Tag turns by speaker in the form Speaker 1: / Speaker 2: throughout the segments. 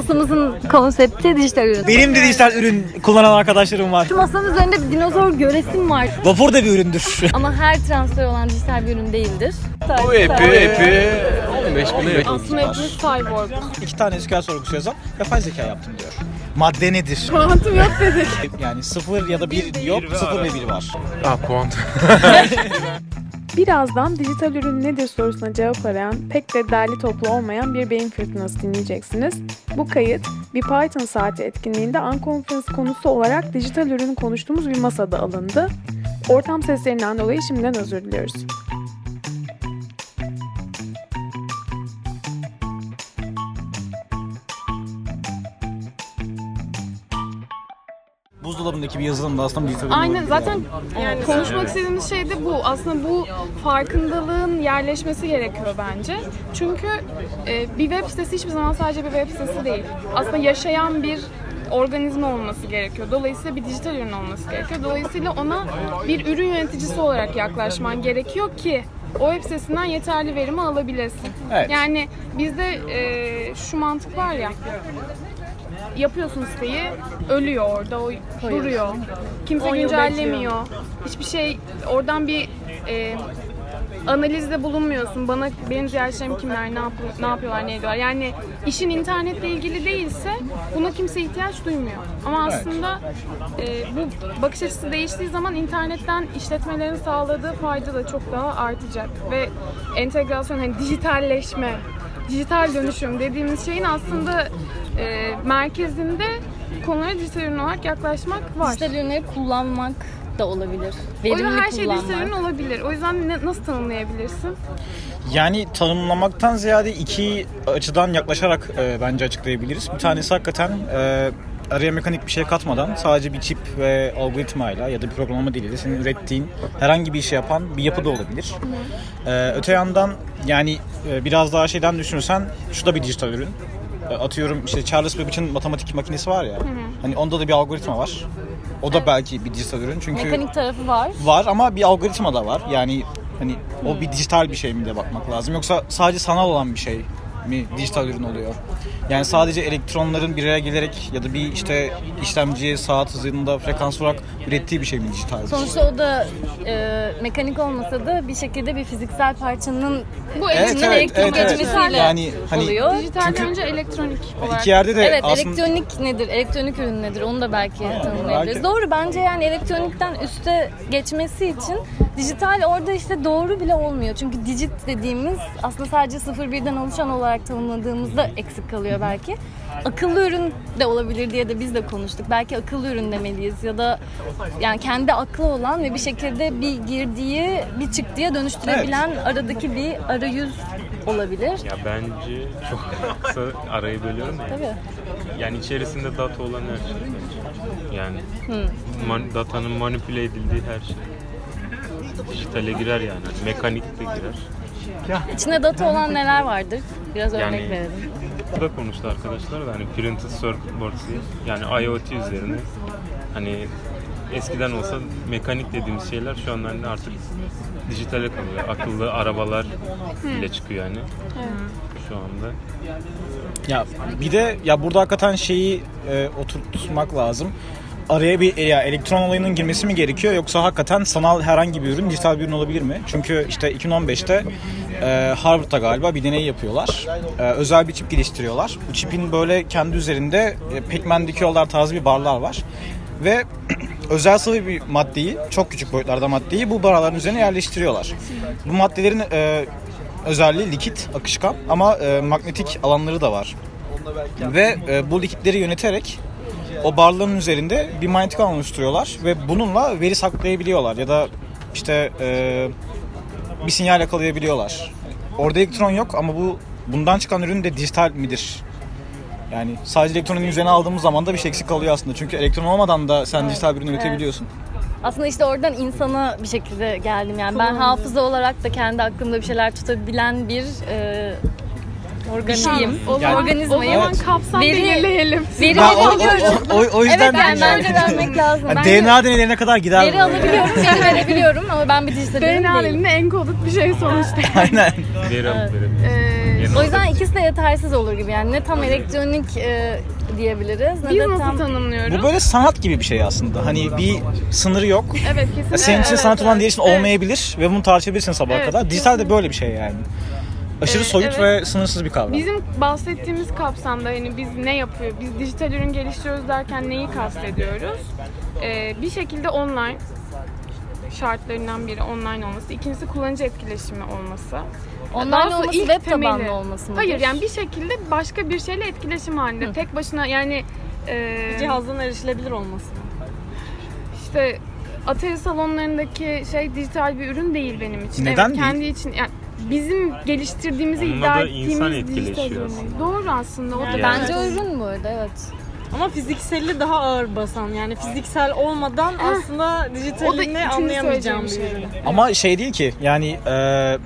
Speaker 1: masamızın konsepti dijital ürün.
Speaker 2: Benim de dijital ürün kullanan arkadaşlarım var.
Speaker 1: Şu masanın üzerinde bir dinozor göresim var.
Speaker 2: Vapur da bir üründür.
Speaker 1: Ama her transfer olan dijital bir ürün değildir.
Speaker 3: Bu epi epi 15 bin lira.
Speaker 1: Aslında hepimiz cyborg.
Speaker 2: İki tane SQL sorgusu yazan yapay zeka yaptım diyor. Madde nedir?
Speaker 1: Kuantum yok dedik.
Speaker 2: Yani sıfır ya da bir yok, sıfır ve bir var.
Speaker 3: Ah puan.
Speaker 4: Birazdan dijital ürün nedir sorusuna cevap arayan, pek de derli toplu olmayan bir beyin fırtınası dinleyeceksiniz. Bu kayıt, bir Python saati etkinliğinde Unconference konusu olarak dijital ürünü konuştuğumuz bir masada alındı. Ortam seslerinden dolayı şimdiden özür diliyoruz.
Speaker 2: Buzdolabındaki bir yazılım da aslında dijital ürün.
Speaker 5: Aynen zaten konuşmak istediğimiz şey de bu. Aslında bu farkındalığın yerleşmesi gerekiyor bence. Çünkü e, bir web sitesi hiçbir zaman sadece bir web sitesi değil. Aslında yaşayan bir organizma olması gerekiyor. Dolayısıyla bir dijital ürün olması gerekiyor. Dolayısıyla ona bir ürün yöneticisi olarak yaklaşman gerekiyor ki o web sitesinden yeterli verimi alabilesin.
Speaker 2: Evet.
Speaker 5: Yani bizde e, şu mantık var ya yapıyorsun siteyi ölüyor orada o duruyor. Kimse güncellemiyor. Hiçbir şey oradan bir e, analizde bulunmuyorsun. Bana benim ziyaretçilerim kimler, ne, yapıyor, ne yapıyorlar, ne ediyorlar. Yani işin internetle ilgili değilse buna kimse ihtiyaç duymuyor. Ama aslında e, bu bakış açısı değiştiği zaman internetten işletmelerin sağladığı fayda da çok daha artacak ve entegrasyon hani dijitalleşme, dijital dönüşüm dediğimiz şeyin aslında e, merkezinde konulara dijital ürün olarak yaklaşmak var.
Speaker 1: Dijital ürünleri kullanmak da olabilir.
Speaker 5: o yüzden
Speaker 1: Verimli
Speaker 5: her şey dijital ürün
Speaker 1: kullanmak.
Speaker 5: olabilir. O yüzden ne- nasıl tanımlayabilirsin?
Speaker 2: Yani tanımlamaktan ziyade iki açıdan yaklaşarak e, bence açıklayabiliriz. Bir tanesi hakikaten e, araya mekanik bir şey katmadan sadece bir çip ve algoritmayla ya da bir programlama diliyle senin ürettiğin herhangi bir işi yapan bir yapı da olabilir. E, öte yandan yani e, biraz daha şeyden düşünürsen şu da bir dijital ürün. E, atıyorum işte Charles Babbage'in matematik makinesi var ya. Hani onda da bir algoritma var. O da belki bir dijital ürün çünkü
Speaker 1: Mekanik tarafı var.
Speaker 2: var ama bir algoritma da var. Yani hani o bir dijital bir şey mi de bakmak lazım. Yoksa sadece sanal olan bir şey mi dijital ürün oluyor? Yani sadece elektronların bir araya gelerek ya da bir işte işlemciye saat hızında frekans olarak ürettiği bir şey mi dijital? bir şey?
Speaker 1: Sonuçta o da e, mekanik olmasa da bir şekilde bir fiziksel parçanın
Speaker 5: Bu
Speaker 2: Evet,
Speaker 1: içinden
Speaker 5: elektronik
Speaker 2: evet,
Speaker 1: elektron
Speaker 2: evet, evet.
Speaker 1: geçmesiyle
Speaker 2: Yani hani-
Speaker 1: oluyor.
Speaker 5: Dijital
Speaker 2: Çünkü-
Speaker 5: önce elektronik olarak.
Speaker 2: İki yerde de
Speaker 1: Evet,
Speaker 2: aslında
Speaker 1: elektronik nedir? Elektronik ürün nedir? Onu da belki tanımlayabiliriz.
Speaker 2: belki.
Speaker 1: Doğru bence yani elektronikten üste geçmesi için dijital orada işte doğru bile olmuyor. Çünkü digit dediğimiz aslında sadece 0-1'den oluşan olarak tanımladığımızda eksik kalıyor belki. Akıllı ürün de olabilir diye de biz de konuştuk. Belki akıllı ürün demeliyiz ya da yani kendi aklı olan ve bir şekilde bir girdiği bir çıktıya dönüştürebilen aradaki bir arayüz olabilir.
Speaker 6: Ya bence çok kısa arayı bölüyorum ya.
Speaker 1: Tabii.
Speaker 6: Yani içerisinde data olan her şey bence. Yani man- datanın manipüle edildiği her şey. Dijitale girer yani. Hani Mekanik de girer.
Speaker 1: İçinde data olan neler vardır? Biraz örnek
Speaker 6: Yani-
Speaker 1: verelim.
Speaker 6: Bu da konuştu arkadaşlar da hani printed circuit boards diye. Yani IoT üzerine hani eskiden olsa mekanik dediğimiz şeyler şu an hani artık dijitale kalıyor. Akıllı arabalar bile çıkıyor yani. Şu anda.
Speaker 2: ya bir de ya burada hakikaten şeyi e, oturtmak lazım. Araya bir ya elektron olayının girmesi mi gerekiyor yoksa hakikaten sanal herhangi bir ürün dijital bir ürün olabilir mi? Çünkü işte 2015'te e, Harvard'da galiba bir deney yapıyorlar. E, özel bir çip geliştiriyorlar. Bu çipin böyle kendi üzerinde e, Pac-Man dikiyorlar tarzı bir barlar var. Ve özel sıvı bir maddeyi, çok küçük boyutlarda maddeyi bu barların üzerine yerleştiriyorlar. Bu maddelerin e, özelliği likit, akışkan ama e, magnetik alanları da var. Ve e, bu likitleri yöneterek o barların üzerinde bir manyetik alan oluşturuyorlar ve bununla veri saklayabiliyorlar ya da işte e, bir sinyal yakalayabiliyorlar. Orada elektron yok ama bu bundan çıkan ürün de dijital midir? Yani sadece elektronun üzerine aldığımız zaman da bir şey eksik kalıyor aslında. Çünkü elektron olmadan da sen dijital bir ürün üretebiliyorsun.
Speaker 1: Aslında işte oradan insana bir şekilde geldim yani. Ben hafıza olarak da kendi aklımda bir şeyler tutabilen bir e, organizmayım.
Speaker 5: O zaman,
Speaker 1: organizmayım.
Speaker 5: o zaman
Speaker 2: Evet.
Speaker 5: kapsam
Speaker 1: Veri-
Speaker 5: belirleyelim.
Speaker 1: Veri
Speaker 2: Ben o, o,
Speaker 1: alabiliyorum.
Speaker 2: o- o- o
Speaker 1: Evet
Speaker 2: yüzden
Speaker 1: yani
Speaker 2: diyorum
Speaker 1: bence vermek lazım.
Speaker 2: Yani
Speaker 1: Ben
Speaker 2: DNA deneylerine kadar gider. bu
Speaker 1: veri
Speaker 2: yani.
Speaker 1: alabiliyorum, veri verebiliyorum ama ben bir dijital ürün
Speaker 5: DNA
Speaker 1: değilim.
Speaker 5: elinde enkodluk bir şey sonuçta.
Speaker 2: Aynen.
Speaker 6: Veri alıp verebiliriz.
Speaker 5: Ee,
Speaker 6: Yerine
Speaker 1: O yüzden
Speaker 6: oturacak.
Speaker 1: ikisi de yetersiz olur gibi yani ne tam elektronik e, diyebiliriz ne
Speaker 5: Biz
Speaker 1: de
Speaker 5: nasıl
Speaker 1: tam
Speaker 5: tanımlıyoruz?
Speaker 2: Bu böyle sanat gibi bir şey aslında. Hani bir sınırı yok.
Speaker 5: Evet
Speaker 2: Ya
Speaker 5: kesinlikle.
Speaker 2: senin için
Speaker 5: evet,
Speaker 2: sanat olan diğer için
Speaker 5: evet.
Speaker 2: olmayabilir ve bunu tartışabilirsin sabaha
Speaker 5: Evet,
Speaker 2: kadar. Dijital de böyle bir şey yani. Aşırı
Speaker 5: Ee,
Speaker 2: soyut
Speaker 5: evet.
Speaker 2: ve sınırsız bir kavram.
Speaker 5: Bizim bahsettiğimiz kapsamda hani biz ne yapıyor, biz dijital ürün geliştiriyoruz derken neyi kastediyoruz? Ee, bir şekilde online şartlarından biri online olması, ikincisi kullanıcı etkileşimi olması. Daha
Speaker 1: online
Speaker 5: sonra
Speaker 1: olması
Speaker 5: ilk
Speaker 1: web tabanlı
Speaker 5: temeli.
Speaker 1: olması mıdır?
Speaker 5: Hayır yani bir şekilde başka bir şeyle etkileşim halinde. Tek başına yani e,
Speaker 7: Cihazdan erişilebilir olması.
Speaker 5: işte atölye salonlarındaki şey dijital bir ürün değil benim için.
Speaker 2: Neden
Speaker 5: evet, kendi için yani bizim geliştirdiğimizi
Speaker 6: Onunla
Speaker 5: iddia
Speaker 6: da
Speaker 5: ettiğimiz
Speaker 6: insan
Speaker 5: dijital ürün.
Speaker 6: etkileşiyor aslında.
Speaker 5: Doğru aslında o da
Speaker 6: Yani-
Speaker 1: Bence o ürün bu arada evet.
Speaker 7: Ama fizikseli daha ağır basan. Yani fiziksel olmadan aslında
Speaker 5: O da
Speaker 7: dijitalini
Speaker 5: üçüncü
Speaker 7: anlayamayacağım bir
Speaker 5: söyleyeceğim
Speaker 7: şey.
Speaker 2: Ama şey değil ki yani e,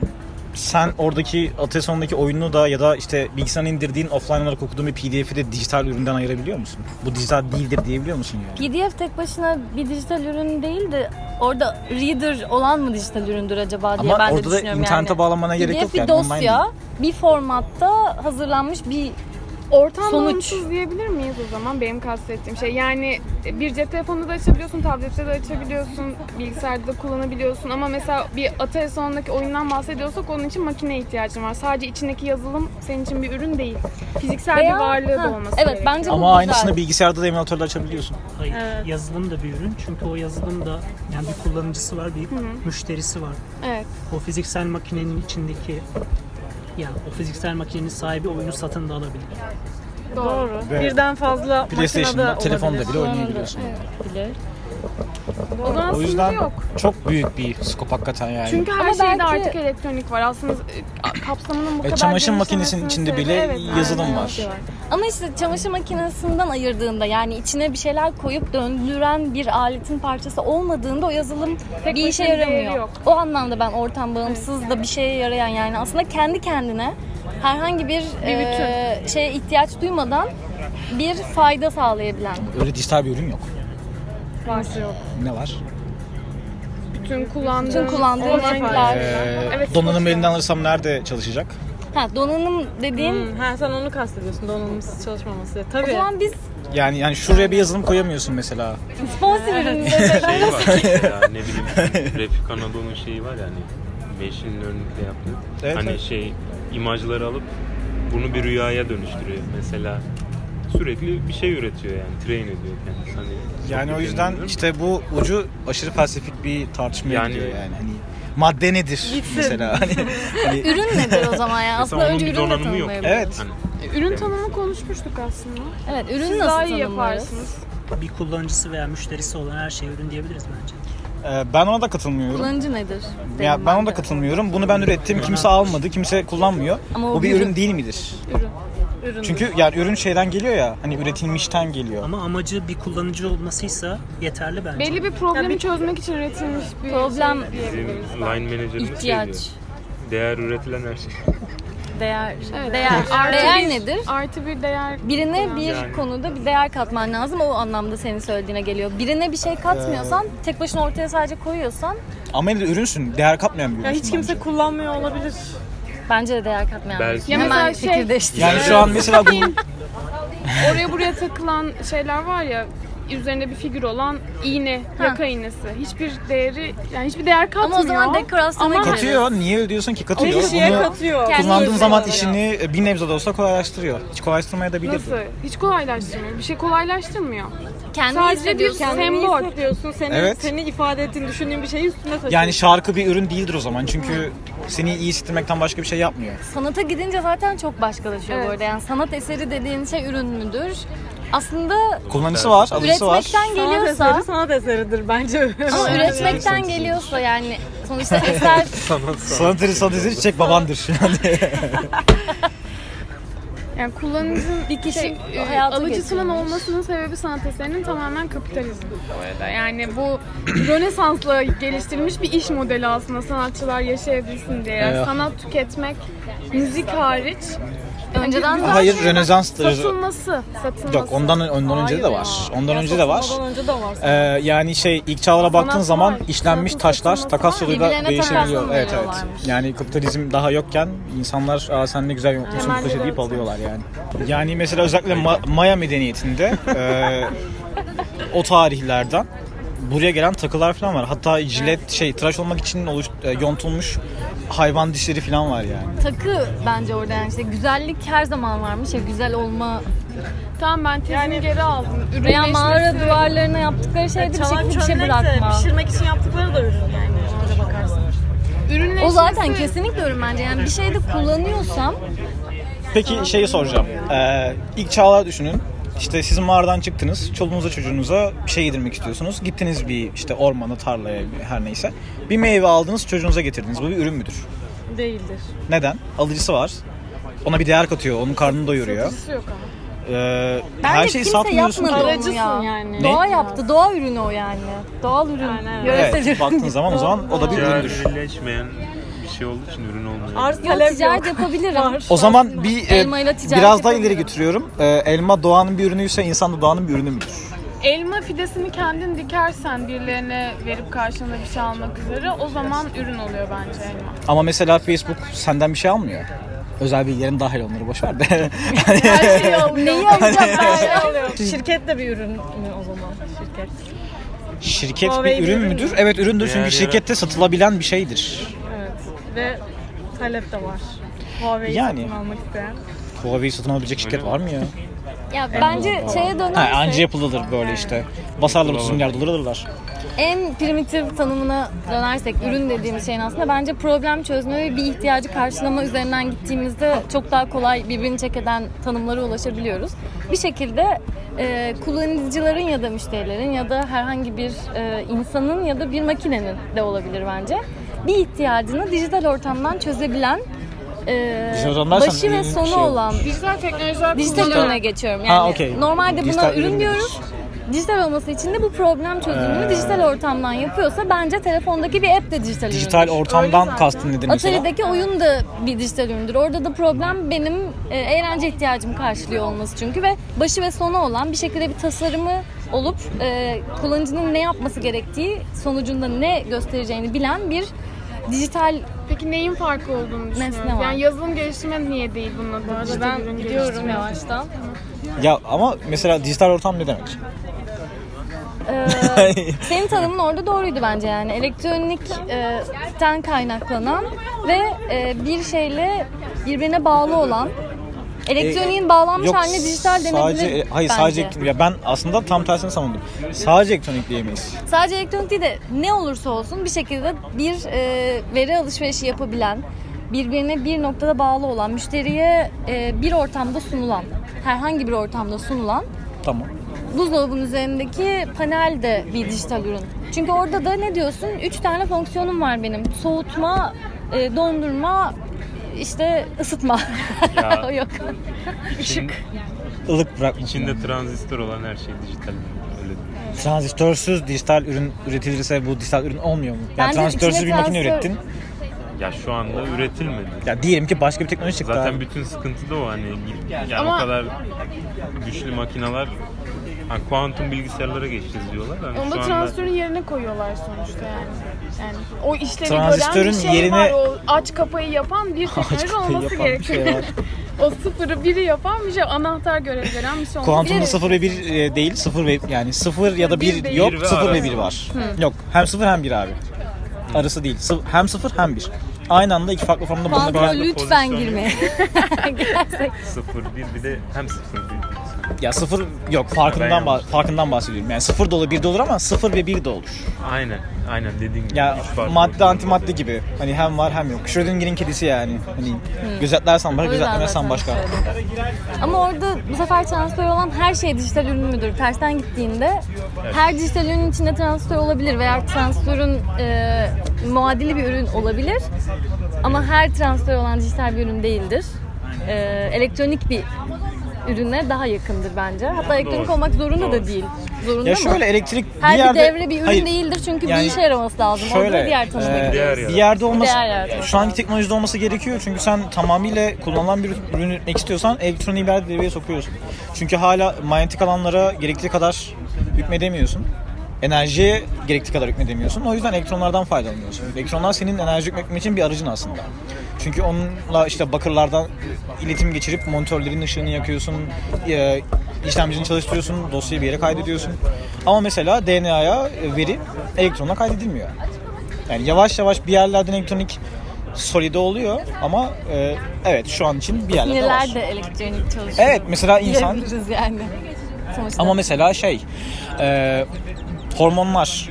Speaker 2: sen oradaki Ateson'daki oyununu da ya da işte bilgisayarına indirdiğin offline olarak okuduğun bir pdf'i de dijital üründen ayırabiliyor musun? Bu dijital değildir diyebiliyor musun yani?
Speaker 1: PDF tek başına bir dijital ürün değil de orada reader olan mı dijital üründür acaba diye
Speaker 2: Ama
Speaker 1: ben de
Speaker 2: orada da
Speaker 1: düşünüyorum
Speaker 2: internete
Speaker 1: yani.
Speaker 2: bağlamana gerek yok
Speaker 1: PDF bir
Speaker 2: yani. online
Speaker 1: dosya, bir formatta hazırlanmış bir
Speaker 5: Ortam
Speaker 1: Sonuç.
Speaker 5: bağımsız diyebilir miyiz o zaman benim kastettiğim şey? Yani bir cep telefonunda da açabiliyorsun, tablette de açabiliyorsun, bilgisayarda da kullanabiliyorsun ama mesela bir Atari sonundaki oyundan bahsediyorsak onun için makineye ihtiyacın var. Sadece içindeki yazılım senin için bir ürün değil. Fiziksel
Speaker 1: Veya-
Speaker 5: bir varlığı
Speaker 1: Ha,
Speaker 5: da olması
Speaker 1: Evet
Speaker 5: gerekiyor.
Speaker 1: bence bu
Speaker 2: Ama
Speaker 1: güzel.
Speaker 2: aynısını bilgisayarda da emülatörle açabiliyorsun.
Speaker 8: Hayır, yazılım da bir ürün. Çünkü o yazılım da yani bir kullanıcısı var, bir müşterisi var.
Speaker 5: Evet.
Speaker 8: O fiziksel makinenin içindeki yani o fiziksel makinenin sahibi oyunu satın da alabilir.
Speaker 7: Doğru.
Speaker 2: Ve
Speaker 7: Birden fazla makinede
Speaker 2: PlayStation'da,
Speaker 7: olabilir.
Speaker 2: telefonda bile oynayabiliyorsun.
Speaker 5: O zaman
Speaker 2: O yüzden
Speaker 5: sınırı yok.
Speaker 2: çok büyük bir skop hakikaten yani.
Speaker 5: Çünkü her
Speaker 1: Ama
Speaker 5: şeyde
Speaker 1: belki-
Speaker 5: artık elektronik var. Aslında e, kapsamının bu
Speaker 2: E,
Speaker 5: kadar
Speaker 2: çamaşır
Speaker 5: geniş
Speaker 2: makinesinin
Speaker 5: olmasının
Speaker 2: içinde
Speaker 5: sebebi-
Speaker 2: bile
Speaker 5: Evet,
Speaker 2: yazılım
Speaker 5: aynen.
Speaker 2: var.
Speaker 1: Ama işte çamaşır makinesinden ayırdığında yani içine bir şeyler koyup döndüren bir aletin parçası olmadığında o yazılım
Speaker 5: Tek
Speaker 1: bir işe
Speaker 5: başına bir değeri
Speaker 1: yaramıyor.
Speaker 5: yok.
Speaker 1: O anlamda ben ortam bağımsız da bir şeye yarayan yani aslında kendi kendine herhangi bir, eee, şeye ihtiyaç duymadan bir fayda sağlayabilen.
Speaker 2: Öyle dijital bir ürün yok.
Speaker 5: Var yok.
Speaker 2: Ne var?
Speaker 5: Bütün kullandığın,
Speaker 1: Bütün kullandığın
Speaker 5: online-
Speaker 1: cepler.
Speaker 2: Ee,
Speaker 5: Evet,
Speaker 2: donanımı
Speaker 5: sonuçta.
Speaker 2: elinden alırsam nerede çalışacak?
Speaker 1: Ha, donanım dediğin
Speaker 7: Hmm, ha, sen onu kastediyorsun donanımsız çalışmaması.
Speaker 1: o
Speaker 7: Tabii.
Speaker 1: zaman biz
Speaker 2: Yani yani şuraya bir yazılım koyamıyorsun mesela.
Speaker 1: sponsor ürünümüzde
Speaker 6: şey var mesela ne bileyim Refik Anadolu'nun şeyi var yani machine learning'le yaptığı.
Speaker 2: Evet,
Speaker 6: hani
Speaker 2: evet.
Speaker 6: şey imajları alıp bunu bir rüyaya dönüştürüyor mesela. Sürekli bir şey üretiyor yani train ediyor kendisi. Hani
Speaker 2: Yani o yüzden işte bu ucu aşırı felsefik bir tartışmaya
Speaker 6: Yani-
Speaker 2: gidiyor yani. Hani madde nedir mesela? Hani, hani-
Speaker 1: ürün nedir o zaman ya? Aslında önce
Speaker 6: bir
Speaker 1: ürünle
Speaker 6: donanımı yok.
Speaker 1: tanımlayabiliriz.
Speaker 2: Evet.
Speaker 6: Hani
Speaker 5: Ürün tanımı konuşmuştuk aslında.
Speaker 1: Evet, ürünü
Speaker 5: Siz
Speaker 1: nasıl
Speaker 5: daha iyi
Speaker 1: tanımlarız?
Speaker 5: yaparsınız.
Speaker 8: Bir kullanıcısı veya müşterisi olan her şey ürün diyebiliriz bence.
Speaker 2: Ee, ben ona da katılmıyorum.
Speaker 1: Kullanıcı nedir?
Speaker 2: Ya ben ona da katılmıyorum. Bunu ben ürettim. Kimse almadı. Kimse kullanmıyor.
Speaker 1: Ama o
Speaker 2: bu bir
Speaker 1: bir
Speaker 2: ürün
Speaker 1: ürün.
Speaker 2: değil midir?
Speaker 5: Ürün.
Speaker 2: Çünkü yani ürün şeyden geliyor ya. Hani üretilmişten geliyor.
Speaker 8: Ama amacı bir kullanıcı olmasıysa yeterli bence.
Speaker 5: Belli bir problemi
Speaker 7: Ya bir-
Speaker 5: çözmek için üretilmiş bir
Speaker 1: Problem
Speaker 5: şey
Speaker 6: bizim
Speaker 5: diyebiliriz.
Speaker 6: line menajerimiz şey diyor.
Speaker 1: ihtiyaç.
Speaker 6: Değer üretilen her şey.
Speaker 7: Değer.
Speaker 5: şey. Evet.
Speaker 1: Değer.
Speaker 5: Artı
Speaker 1: Değer
Speaker 5: bir-
Speaker 1: nedir?
Speaker 5: Artı bir değer.
Speaker 1: Birine bir
Speaker 6: Yani.
Speaker 1: konuda bir değer katman lazım. O anlamda senin söylediğine geliyor. Birine bir şey katmıyorsan, tek başına ortaya sadece koyuyorsan
Speaker 2: Ama yine de ürünsün. Değer katmayan bir
Speaker 7: Ya
Speaker 2: ürünsün
Speaker 7: hiç kimse
Speaker 2: bence.
Speaker 7: kullanmıyor olabilir.
Speaker 1: bence de değer katmayan.
Speaker 6: Belki.
Speaker 1: bir şey.
Speaker 5: Ya
Speaker 1: Hemen
Speaker 5: mesela şey-
Speaker 1: fikir değiştirdim.
Speaker 2: Yani şu an mesela bu
Speaker 5: Oraya buraya takılan şeyler var ya üzerinde bir figür olan iğne, yaka iğnesi. Hiçbir değeri, yani hiçbir değer katmıyor.
Speaker 1: Ama o zaman dekorasyona
Speaker 5: Ama-
Speaker 1: gireriz.
Speaker 2: katıyor. Niye öyle diyorsun ki? Katıyor.
Speaker 7: Kişiye
Speaker 2: Bunu
Speaker 7: katıyor.
Speaker 1: Kendi
Speaker 2: kullandığın
Speaker 1: yüzüne
Speaker 2: zaman
Speaker 1: oluyor.
Speaker 2: işini bir nebze de olsa kolaylaştırıyor. Hiç kolaylaştırmaya da bilir.
Speaker 5: Nasıl? Hiç kolaylaştırmıyor. Bir şey kolaylaştırmıyor.
Speaker 1: Kendini
Speaker 5: Sadece
Speaker 1: hissediyorsun.
Speaker 5: bir-
Speaker 7: Kendini
Speaker 5: Sembol.
Speaker 7: hissediyorsun. Seni,
Speaker 2: Evet.
Speaker 7: seni ifade ettiğini düşündüğün bir şeyi üstüne taşıyorsun.
Speaker 2: Yani şarkı bir ürün değildir o zaman. Çünkü seni iyi hissettirmekten başka bir şey yapmıyor.
Speaker 1: Sanata gidince zaten çok başkalaşıyor
Speaker 5: Evet.
Speaker 1: bu arada. Yani sanat eseri dediğin şey ürün müdür? Aslında
Speaker 2: Kullanıcısı var, alıcısı var.
Speaker 1: üretmekten
Speaker 7: sanat
Speaker 1: geliyorsa
Speaker 7: eseri sanat eseridir bence.
Speaker 1: ama üretmekten geliyorsa yani sonuçta eser
Speaker 2: Sanat eseri sanat eseri çiçek babandır.
Speaker 5: Yani kullanıcının
Speaker 1: bir kişi
Speaker 5: şey, e,
Speaker 1: hayata
Speaker 5: alıcısının
Speaker 1: geçirilmiş.
Speaker 5: olmasının sebebi sanat eserinin tamamen kapitalizmi bu arada. Yani bu Rönesans'la geliştirilmiş bir iş modeli aslında sanatçılar yaşayabilsin diye. Yani
Speaker 2: Evet.
Speaker 5: sanat tüketmek, müzik hariç
Speaker 1: Önceden zaten
Speaker 2: Hayır Rönesans'tır.
Speaker 5: Satılması. Satılması.
Speaker 2: Yok ondan ondan önce de
Speaker 7: Hayır
Speaker 2: var.
Speaker 7: ya.
Speaker 2: Ondan
Speaker 7: Ya
Speaker 2: önce de var.
Speaker 7: satılmadan önce de var.
Speaker 2: Ee, yani şey ilk çağlara baktığın
Speaker 5: Sanat
Speaker 2: zaman
Speaker 5: var.
Speaker 2: işlenmiş
Speaker 5: Sanatın
Speaker 2: taşlar
Speaker 5: satılması
Speaker 2: takas
Speaker 1: var.
Speaker 2: yoluyla
Speaker 1: Birbirlerine
Speaker 2: değişebiliyor.
Speaker 1: takasla
Speaker 2: Evet evet.
Speaker 1: veriyorlarmış.
Speaker 2: Yani kapitalizm daha yokken insanlar Aa, sen ne güzel yönetiyorsun bu taşı deyip alıyorlar yani. Yani mesela özellikle Ma- Maya medeniyetinde e, o tarihlerden buraya gelen takılar falan var. Hatta jilet şey tıraş olmak için oluş, e, yontulmuş hayvan dişleri falan var yani.
Speaker 1: takı bence orada yani işte güzellik her zaman varmış ya güzel olma.
Speaker 5: Tamam ben tezimi geri aldım.
Speaker 1: Veya
Speaker 5: Ürünleşmesi.
Speaker 1: mağara duvarlarına yaptıkları şeyde bir
Speaker 7: Çalan
Speaker 1: şekilde bir şey
Speaker 7: çömlek de
Speaker 1: bırakma.
Speaker 7: pişirmek için yaptıkları da ürün yani. Öyle bakarsın.
Speaker 5: Ürünleşmesi.
Speaker 1: O zaten kesinlikle ürün bence. Yani bir şeyde kullanıyorsam
Speaker 2: Peki şeyi soracağım. Ee, ilk çağlar düşünün. İşte siz mağaradan çıktınız. Çoluğunuza çocuğunuza bir şey yedirmek istiyorsunuz. Gittiniz bir işte ormana, tarlaya her neyse. Bir meyve aldınız çocuğunuza getirdiniz. Bu bir ürün müdür?
Speaker 7: Değildir.
Speaker 2: Neden? Alıcısı var. Ona bir değer katıyor. Onun karnını doyuruyor.
Speaker 5: Satıcısı yok ama.
Speaker 2: Ee,
Speaker 1: Bence
Speaker 2: her şeyi
Speaker 1: kimse
Speaker 2: satmıyorsun.
Speaker 1: yapmadı.
Speaker 2: ki.
Speaker 7: Aracısın
Speaker 1: ya.
Speaker 7: yani.
Speaker 2: Ne?
Speaker 1: doğa yaptı. Doğa ürünü o yani. Doğal ürün.
Speaker 7: Aynen.
Speaker 1: Yöresel
Speaker 2: Evet,
Speaker 1: ürün.
Speaker 2: baktığın zaman o zaman o da bir
Speaker 6: Değer
Speaker 2: üründür.
Speaker 6: birleşmeyen bir şey olduğu için ürün olmuyor.
Speaker 7: Arz
Speaker 1: Yok,
Speaker 7: talep
Speaker 1: ticaret
Speaker 7: yok.
Speaker 1: yapabilirim.
Speaker 2: O zaman bir e,
Speaker 1: Elma ile ticaret
Speaker 2: biraz daha ileri
Speaker 1: yapabilirim.
Speaker 2: götürüyorum. Ee, elma doğanın bir ürünüyse insan da doğanın bir ürünü müdür?
Speaker 5: Elma fidesini kendin dikersen birilerine verip karşılığında bir şey almak üzere o zaman ürün oluyor bence elma.
Speaker 2: Ama mesela Facebook senden bir şey almıyor. Özel bilgilerin dahil onları boş ver de.
Speaker 5: Her şeyi alıyor.
Speaker 1: Neyi alacağım ben?
Speaker 7: Şirket de bir ürün mü o zaman? Şirket.
Speaker 2: Şirket
Speaker 7: Huawei
Speaker 2: bir
Speaker 7: bir
Speaker 2: ürün
Speaker 7: ürün
Speaker 2: müdür? Evet üründür
Speaker 6: Değer
Speaker 2: çünkü şirkette satılabilen bir şeydir.
Speaker 7: Evet. Ve talep de var. Huawei'yi
Speaker 2: Yani.
Speaker 7: satın almak isteyen.
Speaker 2: Huawei'yi satın alabilecek şirket var mı ya?
Speaker 1: Ya bence şeye
Speaker 2: Ha,
Speaker 7: şey.
Speaker 2: anca
Speaker 1: dönersek
Speaker 2: yapılır böyle işte. Basarlar 30 milyar dolar alırlar.
Speaker 1: en primitif tanımına dönersek ürün dediğimiz şeyin aslında bence problem çözme ve bir ihtiyacı karşılama üzerinden gittiğimizde çok daha kolay birbirini çek eden tanımlara ulaşabiliyoruz. Bir şekilde e, kullanıcıların ya da müşterilerin ya da herhangi bir e, insanın ya da bir makinenin de olabilir bence. Bir ihtiyacını dijital ortamdan çözebilen e,
Speaker 2: Dijital ortamdan
Speaker 1: başı
Speaker 2: sen-
Speaker 1: ve sonu
Speaker 2: şey-
Speaker 1: olan
Speaker 5: Dijital teknolojiler
Speaker 1: Dijital
Speaker 5: kullanıyor.
Speaker 1: ürüne geçiyorum. Yani
Speaker 2: Ha, okey.
Speaker 1: normalde buna
Speaker 2: Dijital
Speaker 1: ürün
Speaker 2: ürün
Speaker 1: diyoruz. Dijital olması için de bu problem
Speaker 2: Ee.
Speaker 1: çözümünü dijital ortamdan yapıyorsa bence telefondaki bir app de dijital,
Speaker 2: Dijital
Speaker 1: üründür.
Speaker 2: ortamdan kastın nedir mesela?
Speaker 1: Atari'deki oyun da bir dijital üründür. Orada da problem benim e, eğlence ihtiyacımı karşılıyor olması çünkü ve başı ve sonu olan bir şekilde bir tasarımı olup e, kullanıcının ne yapması gerektiği sonucunda ne göstereceğini bilen bir dijital
Speaker 5: Peki neyin farkı olduğunu düşünüyorsun?
Speaker 1: var.
Speaker 5: Yani yazılım geliştirme niye değil bunun adı? Dijital
Speaker 7: Ben
Speaker 5: ürün
Speaker 7: gidiyorum
Speaker 5: geliştirme.
Speaker 7: yavaştan.
Speaker 2: Ya ama mesela dijital ortam ne demek?
Speaker 1: Ee, senin tanımın orada doğruydu bence yani. Elektronikten kaynaklanan ve e, bir şeyle birbirine bağlı olan elektroniğin bağlanmış haline dijital denebilir
Speaker 2: E, sadece, e, Hayır
Speaker 1: bence.
Speaker 2: sadece elektronik. Ya ben aslında tam tersini savundum. Sadece elektronik diyemeyiz.
Speaker 1: Sadece elektronik değil de ne olursa olsun bir şekilde bir e, veri alışverişi yapabilen, birbirine bir noktada bağlı olan, müşteriye e, bir ortamda sunulan, herhangi bir ortamda sunulan
Speaker 2: Tamam.
Speaker 1: buzdolabının üzerindeki panel de bir dijital ürün. Çünkü orada da ne diyorsun? Üç tane fonksiyonum var benim. Soğutma, e, dondurma, işte ısıtma.
Speaker 6: Ya.
Speaker 1: Yok.
Speaker 6: İçin,
Speaker 2: Ilık bırakmış.
Speaker 6: içinde transistör olan her şey dijital. ürün. Öyle değil.
Speaker 2: Transistörsüz dijital ürün üretilirse bu dijital ürün olmuyor mu? Yani
Speaker 1: Bence
Speaker 2: transistörsüz
Speaker 1: içine
Speaker 2: bir makine
Speaker 1: transistör-
Speaker 2: ürettin.
Speaker 6: Ya şu anda üretilmedi.
Speaker 2: Ya diyelim ki başka bir teknoloji çıktı.
Speaker 6: Zaten
Speaker 2: abi.
Speaker 6: bütün sıkıntı da o hani yani
Speaker 5: Ama-
Speaker 6: o kadar güçlü makineler hani kuantum bilgisayarlara geçeceğiz diyorlar. Hani
Speaker 5: Onu
Speaker 6: şu
Speaker 5: da
Speaker 6: anda
Speaker 5: transistörün yerine koyuyorlar sonuçta yani. Yani o işleri
Speaker 2: Transistörün
Speaker 5: gören bir şey
Speaker 2: yerine-
Speaker 5: var. O aç kapayı yapan bir teknoloji
Speaker 2: kapıyı
Speaker 5: olması
Speaker 2: yapan bir
Speaker 5: gerekiyor.
Speaker 2: şey var.
Speaker 5: o sıfırı biri yapan bir şey. Anahtar görev veren bir şey olması
Speaker 2: Kuantumda
Speaker 5: gerekiyor.
Speaker 2: 0 ve 1 değil, 0 ve yani 0 ya da 1
Speaker 5: Bir ve
Speaker 2: yok,
Speaker 6: bir ve
Speaker 2: 0 ve
Speaker 6: arası.
Speaker 2: 1 var. Yok, hem 0 hem 1 abi. Arası değil. Sı- Hem 0 hem 1. Aynı anda iki farklı formda bulunuyor.
Speaker 1: Kontrol
Speaker 6: bir
Speaker 1: lütfen
Speaker 6: pozisyon
Speaker 1: girme.
Speaker 6: sıfır bir bir de hem sıfır bir.
Speaker 2: Ya 0 yok,
Speaker 6: Ben
Speaker 2: farkından
Speaker 6: yanlış.
Speaker 2: bah- farkından bahsediyorum. Yani 0 da olur, 1 de olur ama 0 ve 1 de olur.
Speaker 6: Aynen aynen dediğin gibi.
Speaker 2: Ya
Speaker 6: Üç farklı
Speaker 2: madde
Speaker 6: boyutlu.
Speaker 2: antimadde gibi. Hani hem var hem yok. Schrödinger'in kedisi yani. Hani gözetlersen başka,
Speaker 1: O yüzden
Speaker 2: gözetlemezsen
Speaker 1: zaten
Speaker 2: başka.
Speaker 1: söyledim. Ama orada bu sefer transistör olan her şey dijital ürün müdür? Tersten gittiğinde her dijital ürünün içinde transistör olabilir veya transistörün e, muadili bir ürün olabilir. Ama her transistör olan dijital bir ürün değildir. E, elektronik bir ürüne daha yakındır bence. Hatta elektronik
Speaker 6: Doğru.
Speaker 1: olmak zorunda da
Speaker 6: Doğru.
Speaker 1: değil. zorunda
Speaker 2: Ya
Speaker 1: mı?
Speaker 2: şöyle elektrik
Speaker 1: Her bir,
Speaker 2: bir yerde...
Speaker 1: devre bir ürün
Speaker 2: Hayır,
Speaker 1: değildir çünkü
Speaker 2: Yani
Speaker 1: bir işe yaraması lazım. Orada da diğer tanıma
Speaker 2: e,
Speaker 1: giriyor.
Speaker 6: Diğer
Speaker 2: bir
Speaker 6: yaratmak.
Speaker 2: yerde olması,
Speaker 1: Diğer yaratmak.
Speaker 2: şu anki teknolojide olması gerekiyor çünkü sen tamamıyla kullanılan bir ürün üretmek istiyorsan elektroniği bir yerde devreye sokuyorsun. Çünkü hala manyetik alanlara gerektiği kadar hükmedemiyorsun. Enerjiye gerektiği kadar hükmedemiyorsun. O yüzden elektronlardan faydalanıyorsun. Elektronlar senin enerji hükmetmek için bir aracın aslında. Çünkü onunla işte bakırlardan iletim geçirip monitörlerin ışığını yakıyorsun, e, işlemcini çalıştırıyorsun, dosyayı bir yere kaydediyorsun. Ama mesela DNA'ya veri elektronla kaydedilmiyor. Yani yavaş yavaş bir yerlerden elektronik solide oluyor ama e, evet şu an için bir yerlerde var.
Speaker 1: Sinirler de elektronik çalışıyor.
Speaker 2: Evet mesela insan
Speaker 1: Diyebiliriz yani. Sonuçta.
Speaker 2: ama mesela şey e, hormonlar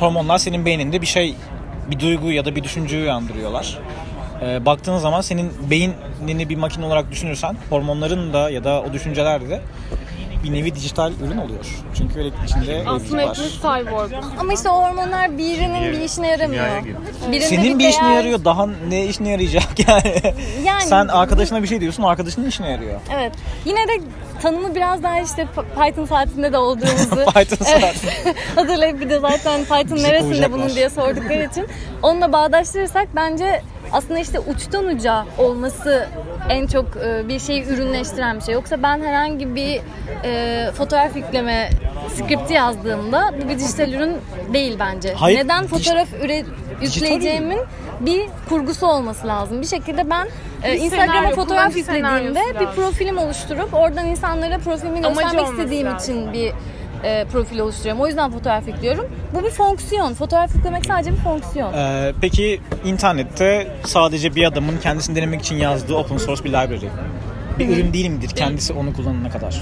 Speaker 2: hormonlar senin beyninde bir şey bir duygu ya da bir düşünceyi uyandırıyorlar. E, baktığın zaman senin beynini bir makine olarak düşünürsen hormonların da ya da o düşünceler de bir nevi dijital ürün oluyor. Çünkü öyle içinde
Speaker 5: Aslında
Speaker 2: elektrik var.
Speaker 5: hepimiz cyborguz.
Speaker 1: Ama işte o hormonlar birinin bir işine yaramıyor.
Speaker 6: Kimyaya girdi.
Speaker 1: Birinde
Speaker 2: Senin bir
Speaker 1: değer-
Speaker 2: işine yarıyor daha ne işine yarayacak yani.
Speaker 1: Yani-
Speaker 2: Sen arkadaşına bir şey diyorsun arkadaşının işine yarıyor.
Speaker 1: Evet. Yine de tanımı biraz daha işte P- Python saatinde de olduğumuzu
Speaker 2: Python şey
Speaker 1: Evet. hatırlayıp bir de zaten Python
Speaker 2: Bizi
Speaker 1: neresinde
Speaker 2: kovacaklar.
Speaker 1: bunun diye sordukları için onunla bağdaştırırsak bence aslında işte uçtan uca olması en çok e, bir şeyi ürünleştiren bir şey. Yoksa ben herhangi bir e, fotoğraf yükleme skripti yazdığımda bu bir dijital ürün değil bence.
Speaker 2: Hayır,
Speaker 1: Neden
Speaker 2: dij-
Speaker 1: fotoğraf üre,
Speaker 2: Dijital
Speaker 1: yükleyeceğimin bir kurgusu olması lazım. Bir şekilde ben e,
Speaker 5: Bir
Speaker 1: Instagram'a
Speaker 5: senaryo,
Speaker 1: fotoğraf
Speaker 5: kullanıcı
Speaker 1: yüklediğimde
Speaker 5: senaryosu
Speaker 1: bir
Speaker 5: lazım.
Speaker 1: profilim oluşturup oradan insanlara profilimi
Speaker 5: Amacı
Speaker 1: göstermek
Speaker 5: olması
Speaker 1: istediğim
Speaker 5: lazım.
Speaker 1: için bir e, profil oluşturuyorum. O yüzden fotoğraf yüklüyorum. Bu bir fonksiyon. Fotoğraf yüklemek sadece bir fonksiyon.
Speaker 2: Ee, peki internette sadece bir adamın kendisini denemek için yazdığı open source bir library. Bir ürün değil midir kendisi onu kullanana kadar?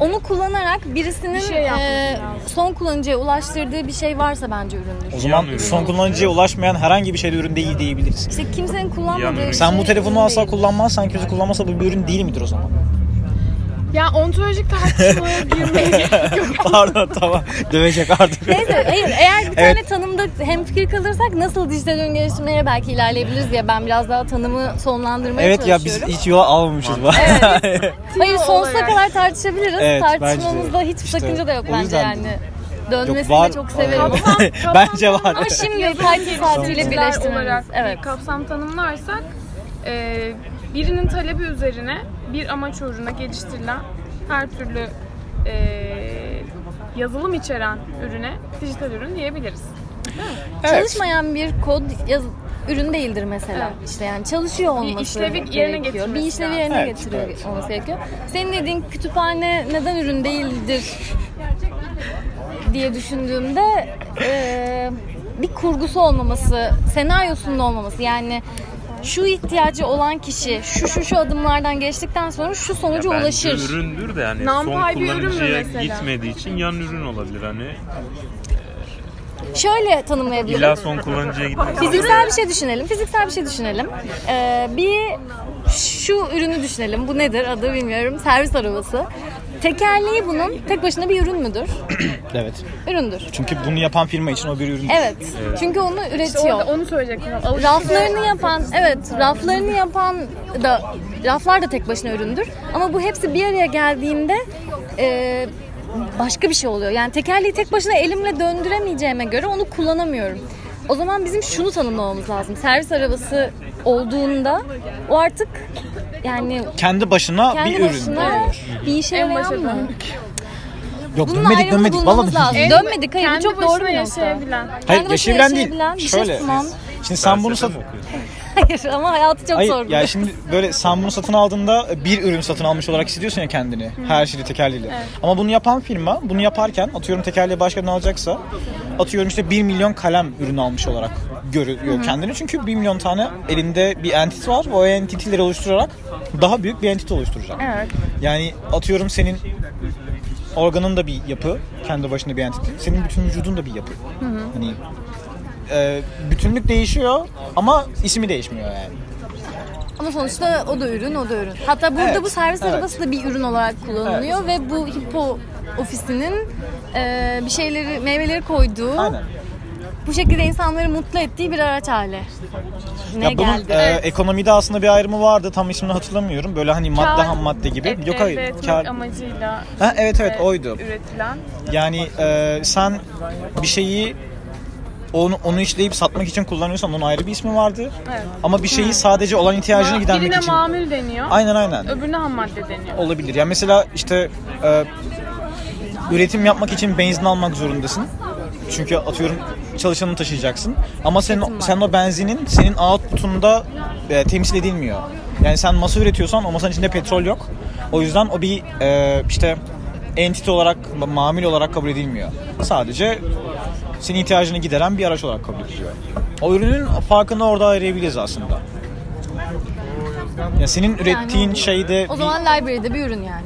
Speaker 1: Onu kullanarak birisinin
Speaker 5: Bir şey yapması
Speaker 1: e,
Speaker 5: lazım.
Speaker 1: son kullanıcıya ulaştırdığı bir şey varsa bence üründür.
Speaker 2: O zaman
Speaker 6: ürün
Speaker 2: son
Speaker 6: olsun.
Speaker 2: kullanıcıya ulaşmayan herhangi bir şey de ürün değil diyebiliriz.
Speaker 1: İşte kimsenin kullanmadığı
Speaker 6: Yani
Speaker 1: bir
Speaker 2: Sen
Speaker 1: şey
Speaker 2: bu telefonu
Speaker 1: ürün
Speaker 2: asla
Speaker 1: değil.
Speaker 2: kullanmazsan, kimse kullanmazsa bu bir ürün değil midir o zaman?
Speaker 5: Ya ontolojik tartışmaya girmeye gerek yok.
Speaker 2: Pardon tamam. Dövecek artık.
Speaker 1: Neyse hayır eğer bir
Speaker 2: Evet.
Speaker 1: tane tanımda hemfikir kalırsak nasıl dijital ürün geliştirmeye belki ilerleyebiliriz diye ben biraz daha tanımı sonlandırmaya
Speaker 2: evet ya biz
Speaker 1: çalışıyorum.
Speaker 2: hiç yola almamışız. bak.
Speaker 1: Hayır sonsuza
Speaker 5: olarak.
Speaker 1: kadar tartışabiliriz.
Speaker 2: Evet, bence
Speaker 1: Tartışmamızda
Speaker 2: de.
Speaker 1: hiç
Speaker 2: İşte
Speaker 1: sakınca da yok
Speaker 2: o
Speaker 1: bence
Speaker 2: yüzden
Speaker 1: yani.
Speaker 2: Yok,
Speaker 1: Dönmesini
Speaker 2: var-
Speaker 1: de çok severim.
Speaker 2: Bence var.
Speaker 1: Ama şimdi Python saatiyle birleştirmemiz.
Speaker 5: olarak
Speaker 1: Evet.
Speaker 5: bir kapsam tanımlarsak e, birinin talebi üzerine bir amaç uğruna geliştirilen her türlü e, yazılım içeren ürüne dijital ürün diyebiliriz.
Speaker 1: Çalışmayan bir kod yaz- ürün değildir mesela. İşte yani çalışıyor olması
Speaker 5: işlevi yerine
Speaker 1: gerekiyor.
Speaker 5: getirmesi
Speaker 1: bir işlevi
Speaker 5: lazım.
Speaker 1: yerine
Speaker 2: Evet,
Speaker 1: getiriyor
Speaker 2: evet.
Speaker 1: olması gerekiyor. Senin dediğin kütüphane neden ürün değildir diye düşündüğümde eee, bir kurgusu olmaması, senaryosunun olmaması yani şu ihtiyacı olan kişi şu şu şu adımlardan geçtikten sonra şu sonuca
Speaker 6: bence
Speaker 1: ulaşır.
Speaker 6: üründür de yani son
Speaker 5: Nampay bir ürün mü
Speaker 6: kullanıcıya
Speaker 5: mesela?
Speaker 6: gitmediği için yan ürün olabilir hani.
Speaker 1: Şöyle tanımlayabilirim.
Speaker 6: İlla son kullanıcıya gitmek
Speaker 1: Fiziksel bir şey düşünelim. Fiziksel bir şey düşünelim. Ee, bir şu ürünü düşünelim. Bu nedir? Adı bilmiyorum. Servis arabası. Tekerleği bunun tek başına bir ürün müdür?
Speaker 2: evet.
Speaker 1: Üründür.
Speaker 2: Çünkü bunu yapan firma için o bir ürün.
Speaker 1: Evet. Çünkü onu üretiyor.
Speaker 5: Orada onu söyleyecektim. Alışveriş-
Speaker 1: Raflarını yapan, evet, raflarını yapan da raflar da tek başına üründür. Ama bu hepsi bir araya geldiğinde e, başka bir şey oluyor. Yani tekerleği tek başına elimle döndüremeyeceğime göre onu kullanamıyorum. O zaman bizim şunu tanımlamamız lazım. Servis arabası olduğunda o artık yani
Speaker 2: Kendi başına
Speaker 1: kendi
Speaker 2: bir ürün.
Speaker 1: başına bir işe
Speaker 5: En
Speaker 1: yarayan
Speaker 5: başa
Speaker 1: mı?
Speaker 5: dön.
Speaker 2: Yok
Speaker 1: Bunun
Speaker 2: dönmedik
Speaker 1: ayrımını
Speaker 2: dönmedik.
Speaker 1: bulmamız
Speaker 2: Vallahi-
Speaker 1: lazım.
Speaker 5: En-
Speaker 1: Dönmedik hayır bu
Speaker 5: kendi
Speaker 1: çok
Speaker 5: başına
Speaker 1: doğru bir nokta.
Speaker 5: yaşayabilen.
Speaker 2: Hayır
Speaker 1: Kendi başına
Speaker 2: yaşayabilen değil.
Speaker 1: yaşayabilen bir şey
Speaker 2: Şöyle.
Speaker 1: sunan.
Speaker 2: Şimdi sen bunu sat.
Speaker 1: Hayır ama hayatı çok
Speaker 2: Hayır
Speaker 1: sorguluyor.
Speaker 2: ya şimdi böyle sen bunu satın aldığında bir ürün satın almış olarak hissediyorsun ya kendini. Her şeyi tekerleğiyle. Ama bunu yapan firma bunu yaparken atıyorum tekerleği başkadan alacaksa atıyorum işte 1 milyon kalem ürün almış olarak görüyor kendini. Çünkü 1 milyon tane elinde bir entity var. O entity'leri oluşturarak daha büyük bir entity oluşturacak.
Speaker 1: Evet.
Speaker 2: Yani atıyorum senin organın da bir yapı, kendi başına bir entity. Senin bütün vücudun da bir yapı. Hani e, bütünlük değişiyor ama ismi değişmiyor yani.
Speaker 1: Ama sonuçta o da ürün, o da ürün. Hatta burada
Speaker 2: Evet,
Speaker 1: bu servis
Speaker 2: evet.
Speaker 1: arabası da bir ürün olarak kullanılıyor ve bu hippo ofisinin e, bir şeyleri, meyveleri koyduğu
Speaker 2: Aynen.
Speaker 1: bu şekilde insanları mutlu ettiği bir araç hali. Ne
Speaker 2: Ya bunun
Speaker 1: geldi?
Speaker 2: e, ekonomide aslında bir ayrımı vardı. Tam ismini hatırlamıyorum. Böyle hani madde
Speaker 5: Kar-
Speaker 2: ham madde gibi.
Speaker 5: Et-
Speaker 2: Yok
Speaker 5: elde
Speaker 2: hayır.
Speaker 5: etmek
Speaker 2: Kar...
Speaker 5: amacıyla
Speaker 2: Ha, evet evet
Speaker 5: e,
Speaker 2: oydu.
Speaker 5: üretilen
Speaker 2: Yani e, sen bir şeyi onu, onu işleyip satmak için kullanıyorsan onun ayrı bir ismi vardı.
Speaker 5: Evet.
Speaker 2: Ama bir şeyi sadece olan ihtiyacını gidermek
Speaker 5: birine
Speaker 2: için.
Speaker 5: mamül deniyor.
Speaker 2: Aynen aynen.
Speaker 5: Öbürüne ham madde deniyor.
Speaker 2: Olabilir. Ya mesela işte e, üretim yapmak için benzin almak zorundasın. Çünkü atıyorum çalışanını taşıyacaksın. Ama senin sen o benzinin senin output'unda e, temsil edilmiyor. Yani sen masa üretiyorsan o masanın içinde petrol yok. O yüzden o bir e, işte entity olarak, mamul olarak kabul edilmiyor. Sadece senin ihtiyacını gideren bir araç olarak kabul ediliyor. O ürünün farkını orada arayabiliriz aslında. Ya senin ürettiğin şey şeyde
Speaker 1: O
Speaker 2: bir-
Speaker 1: zaman library'de bir ürün yani.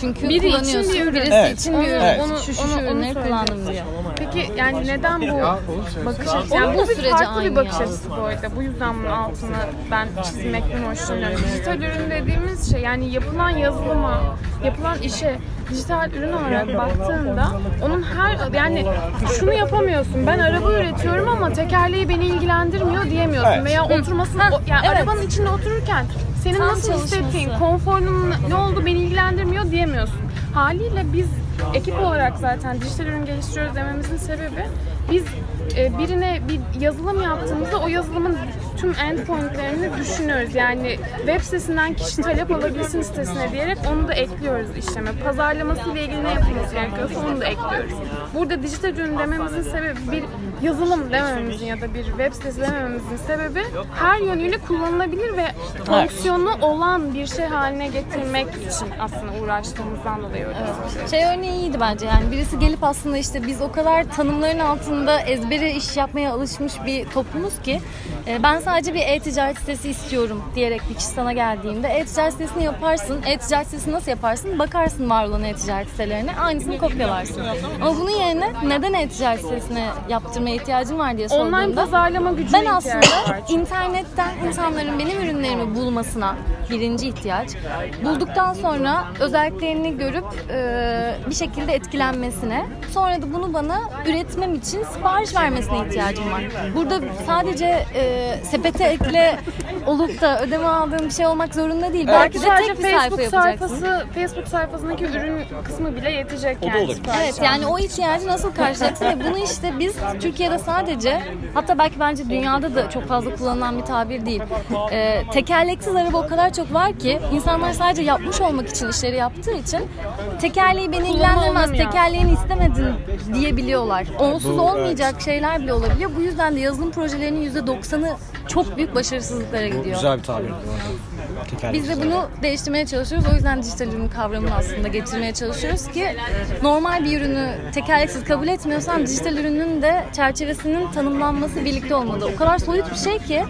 Speaker 1: Çünkü
Speaker 5: Biri için
Speaker 1: kullanıyorsun.
Speaker 5: bir ürün.
Speaker 1: Birisi
Speaker 2: Evet.
Speaker 1: için bir ürün.
Speaker 2: Evet.
Speaker 1: Onu, şu şu
Speaker 5: Onu- onu
Speaker 1: ürünleri
Speaker 5: söyleyeceğim.
Speaker 1: kullandım diyor.
Speaker 5: Peki yani neden bu bakış açısı?
Speaker 1: Onun
Speaker 5: Yani
Speaker 1: da
Speaker 5: bu bir
Speaker 1: süreci
Speaker 5: farklı
Speaker 1: aynı
Speaker 5: bir bakış
Speaker 1: ya.
Speaker 5: açısı bu arada. Bu yüzden bunun altını ben çizmekten hoşlanıyorum. Dijital ürün dediğimiz şey yani yapılan yazılıma, yapılan işe dijital ürün olarak baktığında onun her yani şunu yapamıyorsun. Ben araba üretiyorum ama tekerleği beni ilgilendirmiyor diyemiyorsun
Speaker 2: Evet.
Speaker 5: veya oturmasını o- yani
Speaker 1: evet.
Speaker 5: arabanın içinde otururken senin
Speaker 1: Tam
Speaker 5: nasıl hissettiğin,
Speaker 1: çalışması.
Speaker 5: konforunun ne oldu beni ilgilendirmiyor diyemiyorsun. Haliyle biz ekip olarak zaten dijital ürün geliştiriyoruz dememizin sebebi biz e, birine bir yazılım yaptığımızda o yazılımın tüm endpointlerini düşünüyoruz. Yani web sitesinden kişi talep alabilsin sitesine diyerek onu da ekliyoruz işleme. Pazarlaması ile ilgili ne yapılması gerekiyorsa onu da ekliyoruz. Burada dijital ürün dememizin sebebi bir yazılım dememizin ya da bir web sitesi dememizin sebebi her yönüyle kullanılabilir ve fonksiyonu olan bir şey haline getirmek için aslında uğraştığımızdan dolayı öyle.
Speaker 1: Şey örneği iyiydi bence yani birisi gelip aslında işte biz o kadar tanımların altında ezbere iş yapmaya alışmış bir toplumuz ki e, ben sadece bir e-ticaret sitesi istiyorum diyerek bir kişi sana geldiğinde e-ticaret sitesini yaparsın. E-ticaret sitesini nasıl yaparsın? Bakarsın var olan e-ticaret sitelerine aynısını kopyalarsın. Ama bunun yerine neden e-ticaret sitesine yaptırmaya ihtiyacın var diye sorduğunda
Speaker 5: Online pazarlama gücüne
Speaker 1: ben
Speaker 5: ihtiyaç
Speaker 1: aslında
Speaker 5: var.
Speaker 1: internetten insanların benim ürünlerimi bulmasına birinci ihtiyaç. Bulduktan sonra özelliklerini görüp e, bir şekilde etkilenmesine, sonra da bunu bana üretmem için sipariş vermesine ihtiyacım var. Burada sadece e, sepete ekle olup da ödeme aldığım bir şey olmak zorunda değil. Belki de
Speaker 5: sadece
Speaker 1: tek bir sayfa
Speaker 5: Facebook
Speaker 1: yapacaksın.
Speaker 5: sayfası, Facebook sayfasındaki ürün kısmı bile yetecek
Speaker 2: da
Speaker 5: yani.
Speaker 2: olabilir.
Speaker 5: sipariş
Speaker 1: Evet yani o ihtiyacı nasıl karşılayacaksın ve bunu işte biz Türkiye'de sadece hatta belki bence dünyada da çok fazla kullanılan bir tabir değil. Ee, tekerleksiz araba o kadar çok var ki insanlar sadece yapmış olmak için işleri yaptığı için tekerleği beni ilgilendirmez,
Speaker 5: olmuyor.
Speaker 1: tekerleğini istemedin diyebiliyorlar. Onsuz
Speaker 2: Bu,
Speaker 1: olmayacak şeyler bile olabiliyor. Bu yüzden de yazılım projelerinin %90'ı çok büyük başarısızlıklara gidiyor.
Speaker 2: Güzel bir tabir. Tekerlekli
Speaker 1: Biz de
Speaker 2: güzel.
Speaker 1: bunu değiştirmeye çalışıyoruz. O yüzden dijital ürün kavramını aslında getirmeye çalışıyoruz ki normal bir ürünü tekerleksiz kabul etmiyorsan dijital ürünün de çerçevesinin tanımlanması birlikte olmalı. O kadar soyut bir şey ki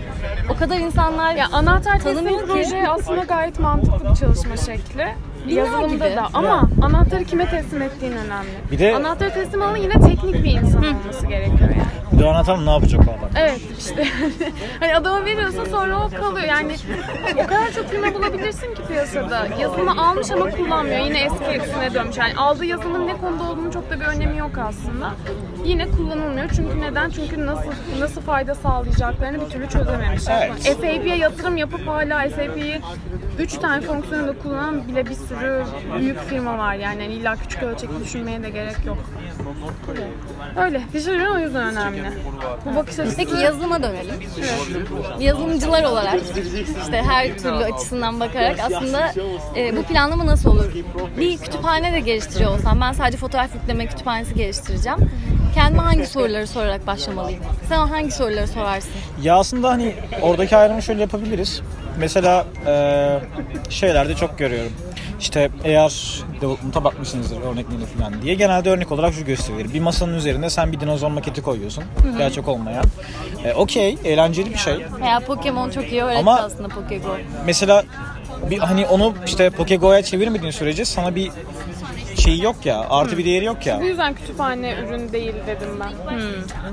Speaker 1: o kadar insanlar
Speaker 5: Ya anahtar teslim
Speaker 1: Tanımıyor ki.
Speaker 5: proje aslında gayet mantıklı bir çalışma şekli.
Speaker 1: İlla
Speaker 5: Yazılımda
Speaker 1: ki de.
Speaker 5: da ama anahtarı kime teslim ettiğin önemli.
Speaker 2: Bir de-
Speaker 5: Anahtarı teslim alan yine teknik bir insan olması gerekiyor yani.
Speaker 2: Donat Hanım ne yapacak o adam?
Speaker 5: Evet işte. hani adama veriyorsun sonra o kalıyor. Yani o kadar çok firma bulabilirsin ki piyasada. Yazılımı almış ama kullanmıyor. Yine eski etkisine dönmüş. Yani aldığı yazılımın ne konuda olduğunun çok da bir önemi yok aslında. Yine kullanılmıyor. Çünkü neden? Çünkü nasıl nasıl fayda sağlayacaklarını bir türlü çözememiş.
Speaker 2: Evet.
Speaker 5: SAP'ye yatırım yapıp hala SAP'yi 3 tane fonksiyonu da kullanan bile bir sürü büyük firma var yani. Yani illa küçük ölçekli düşünmeye de gerek yok. Öyle. Dijital ürün o yüzden önemli. Bu bakış açısı
Speaker 1: Peki yazılıma dönelim. Yazılımcılar olarak işte her türlü açısından bakarak aslında e, bu planlama nasıl olur? Bir kütüphane de geliştiriyor olsam ben sadece fotoğraf yükleme kütüphanesi geliştireceğim. Kendime hangi soruları sorarak başlamalıyım? Sen hangi soruları sorarsın?
Speaker 2: Ya aslında hani oradaki ayrımı şöyle yapabiliriz. Mesela eee, şeylerde çok görüyorum. İşte eğer development'a bakmışsınızdır örneklerini falan diye genelde örnek olarak şu gösterilir. Bir masanın üzerine sen bir dinozor maketi koyuyorsun. Gerçek olmayan. E, Okey eğlenceli bir şey.
Speaker 1: Veya Pokemon çok iyi öğretti
Speaker 2: Ama-
Speaker 1: aslında Pokego.
Speaker 2: Mesela bir hani onu işte Pokego'ya çevirmediğin sürece sana bir şeyi yok ya. Artı bir değeri yok ya.
Speaker 5: Bu yüzden kütüphane ürün değil dedim ben.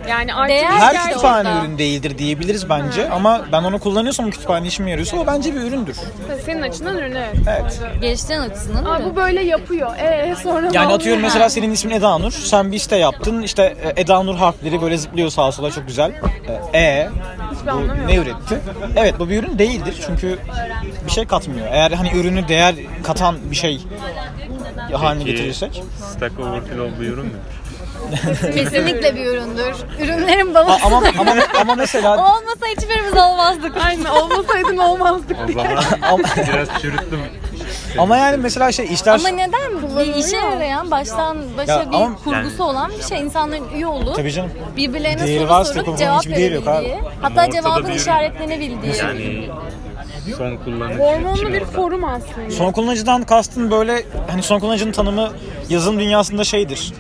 Speaker 5: Yani artık
Speaker 1: Hmm. Değer
Speaker 2: Her
Speaker 1: Gerçi
Speaker 2: kütüphane
Speaker 1: orada.
Speaker 2: ürün değildir diyebiliriz bence ama ben onu kullanıyorsam o kütüphane işime yarıyorsa o bence bir üründür.
Speaker 5: senin açından ürün evet.
Speaker 2: Evet.
Speaker 1: Geliştiren açısından
Speaker 5: Aa,
Speaker 1: ürün.
Speaker 5: bu böyle yapıyor. Ee sonra ne
Speaker 2: Yani
Speaker 5: oluyor?
Speaker 2: atıyorum mesela senin ismin Eda Nur. Sen bir site yaptın. İşte e, Eda Nur harfleri böyle zıplıyor sağa sola çok güzel. E, E
Speaker 5: ben
Speaker 2: bu
Speaker 5: anlamıyorum.
Speaker 2: ne üretti? Evet bu bir ürün değildir çünkü bir şey katmıyor. Eğer hani ürünü değer katan bir şey haline
Speaker 6: Peki,
Speaker 2: getirirsek.
Speaker 6: Stack Overflow bir ürün mü?
Speaker 1: Kesinlikle bir üründür. Ürünlerin babası.
Speaker 2: A- ama ama ama mesela
Speaker 1: Olmasa hiçbirimiz olmazdık.
Speaker 5: Aynen olmasaydın olmazdık.
Speaker 6: O zaman
Speaker 2: ama,
Speaker 6: biraz çürüttüm.
Speaker 2: ama yani mesela şey işler
Speaker 1: Ama neden? Bir işe yarayan, baştan başa
Speaker 2: Ya
Speaker 1: bir
Speaker 2: ama-
Speaker 1: kurgusu olan bir şey. İnsanların üye olup
Speaker 2: tabii canım.
Speaker 1: birbirlerine
Speaker 2: Değeri
Speaker 1: soru
Speaker 2: varsa
Speaker 1: sorup
Speaker 2: yapamam,
Speaker 1: cevap
Speaker 2: hiçbir değeri yok
Speaker 1: verebildiği.
Speaker 2: abi.
Speaker 1: Hatta
Speaker 6: ortada bir
Speaker 1: cevabın
Speaker 6: ürün.
Speaker 1: işaretlenebildiği.
Speaker 6: Yani son kullanıcı kim
Speaker 5: Hormonlu bir
Speaker 6: orada?
Speaker 5: forum aslında.
Speaker 2: Son kullanıcıdan kastın böyle hani son kullanıcının tanımı yazılım dünyasında şeydir.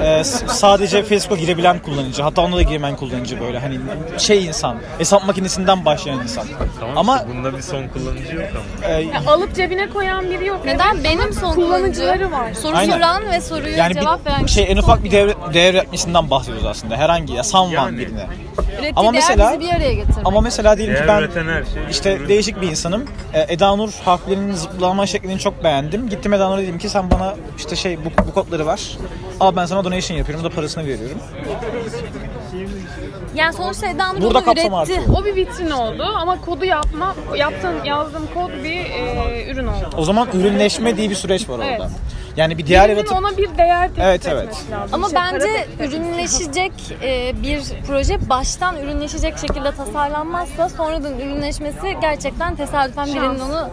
Speaker 2: Ee, s- sadece Facebook'a girebilen kullanıcı. Hatta ona da giremeyen kullanıcı böyle hani şey insan. Hesap makinesinden başlayan insan.
Speaker 6: Tamam
Speaker 2: Ama
Speaker 6: işte bunda bir son kullanıcı yok ama.
Speaker 2: e,
Speaker 5: Alıp cebine koyan biri yok.
Speaker 1: Neden? Benim son
Speaker 5: Kullanıcıları var.
Speaker 1: Soru
Speaker 2: Aynen.
Speaker 1: soran ve soruya
Speaker 2: yani
Speaker 1: cevap veren
Speaker 2: bir, şey en ufak bir devre, devretmesinden bahsediyoruz aslında. Herhangi ya Samvan
Speaker 6: Yani.
Speaker 2: birine.
Speaker 1: ürettiği
Speaker 2: ama
Speaker 1: ama
Speaker 2: mesela-
Speaker 1: bizi bir araya getirmek.
Speaker 2: Ama mesela diyelim ki
Speaker 6: Değer
Speaker 2: ben
Speaker 6: üreten her şey.
Speaker 2: işte
Speaker 6: ürün.
Speaker 2: değişik bir insanım. Ee, Eda Nur harflerinin zıplama şeklini çok beğendim. Gittim Eda Nur'a dedim ki sen bana işte şey bu, bu kodları ver. Al ben sana donation yapıyorum da parasını veriyorum.
Speaker 1: yani sonuçta Eda Nur
Speaker 2: Burada
Speaker 1: onu
Speaker 2: kapsam
Speaker 1: üretti.
Speaker 2: artıyor.
Speaker 5: O bir vitrin oldu ama kodu yapma, yaptığın, yazdığım kod bir e, ürün oldu.
Speaker 2: O zaman ürünleşme diye bir süreç var
Speaker 5: Evet.
Speaker 2: orada. Yani bir diğer
Speaker 5: Birinin
Speaker 2: yaratık
Speaker 5: ona bir değer teklif
Speaker 2: Evet, evet.
Speaker 5: etmesi lazım.
Speaker 1: Ama
Speaker 5: İşte Şey, para
Speaker 1: bence
Speaker 5: teklif etmesi
Speaker 1: ürünleşecek e, bir proje baştan ürünleşecek şekilde tasarlanmazsa sonradan ürünleşmesi gerçekten tesadüfen birinin onu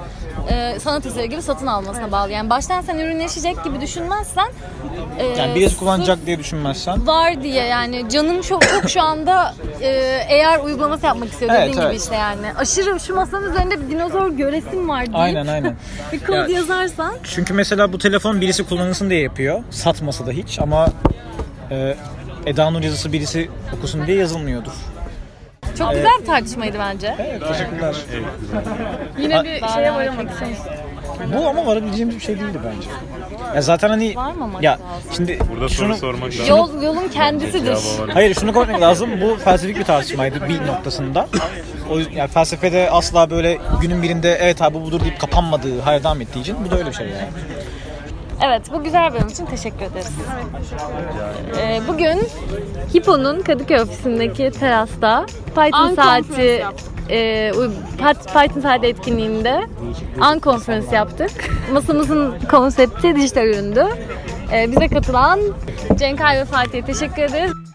Speaker 1: e, sanat eseri gibi satın almasına bağlı. Yani baştan sen ürünleşecek gibi düşünmezsen e,
Speaker 2: yani birisi kullanacak
Speaker 1: sırf
Speaker 2: diye düşünmezsen.
Speaker 1: var diye yani canım çok çok şu anda e, eğer uygulaması yapmak istiyor
Speaker 2: Evet,
Speaker 1: dediğin gibi
Speaker 2: evet.
Speaker 1: işte yani. Aşırı şu masanın üzerinde bir dinozor göresim var diye
Speaker 2: Aynen aynen.
Speaker 1: bir kod
Speaker 2: Ya-
Speaker 1: yazarsan
Speaker 2: Çünkü mesela bu telefon birisi kullanılsın diye yapıyor. Satmasa da hiç ama e, Eda Nur yazısı birisi okusun diye yazılmıyordur.
Speaker 1: çok güzel bir tartışmaydı bence.
Speaker 2: Evet teşekkürler.
Speaker 6: Evet, güzel.
Speaker 5: lazım. Yine bir şeye varamadık.
Speaker 2: Bu ama varabileceğimiz bir şey değildi bence. Ya zaten hani
Speaker 1: Varmamak
Speaker 2: ya
Speaker 1: lazım.
Speaker 2: şimdi
Speaker 6: Burada
Speaker 2: şunu,
Speaker 6: soru sormak lazım.
Speaker 1: Yol, yolun kendisidir.
Speaker 6: Cevabı var.
Speaker 2: Hayır şunu koymak lazım. Bu felsefik bir tartışmaydı bir noktasında. O yüzden yani felsefede asla böyle günün birinde evet abi bu budur deyip kapanmadığı, hayır devam ettiği için bu da öyle bir şey yani.
Speaker 1: Evet, bu güzel bölüm için teşekkür ederiz. Ee, bugün Hipo'nun Kadıköy ofisindeki terasta Python
Speaker 5: Unconference
Speaker 1: saati
Speaker 5: yaptık.
Speaker 1: e, uy- Pat- Python saati etkinliğinde an konferans yaptık. Masamızın konsepti dijital üründü. Ee, bize katılan Cenk Ay ve Fatih'e teşekkür ederiz.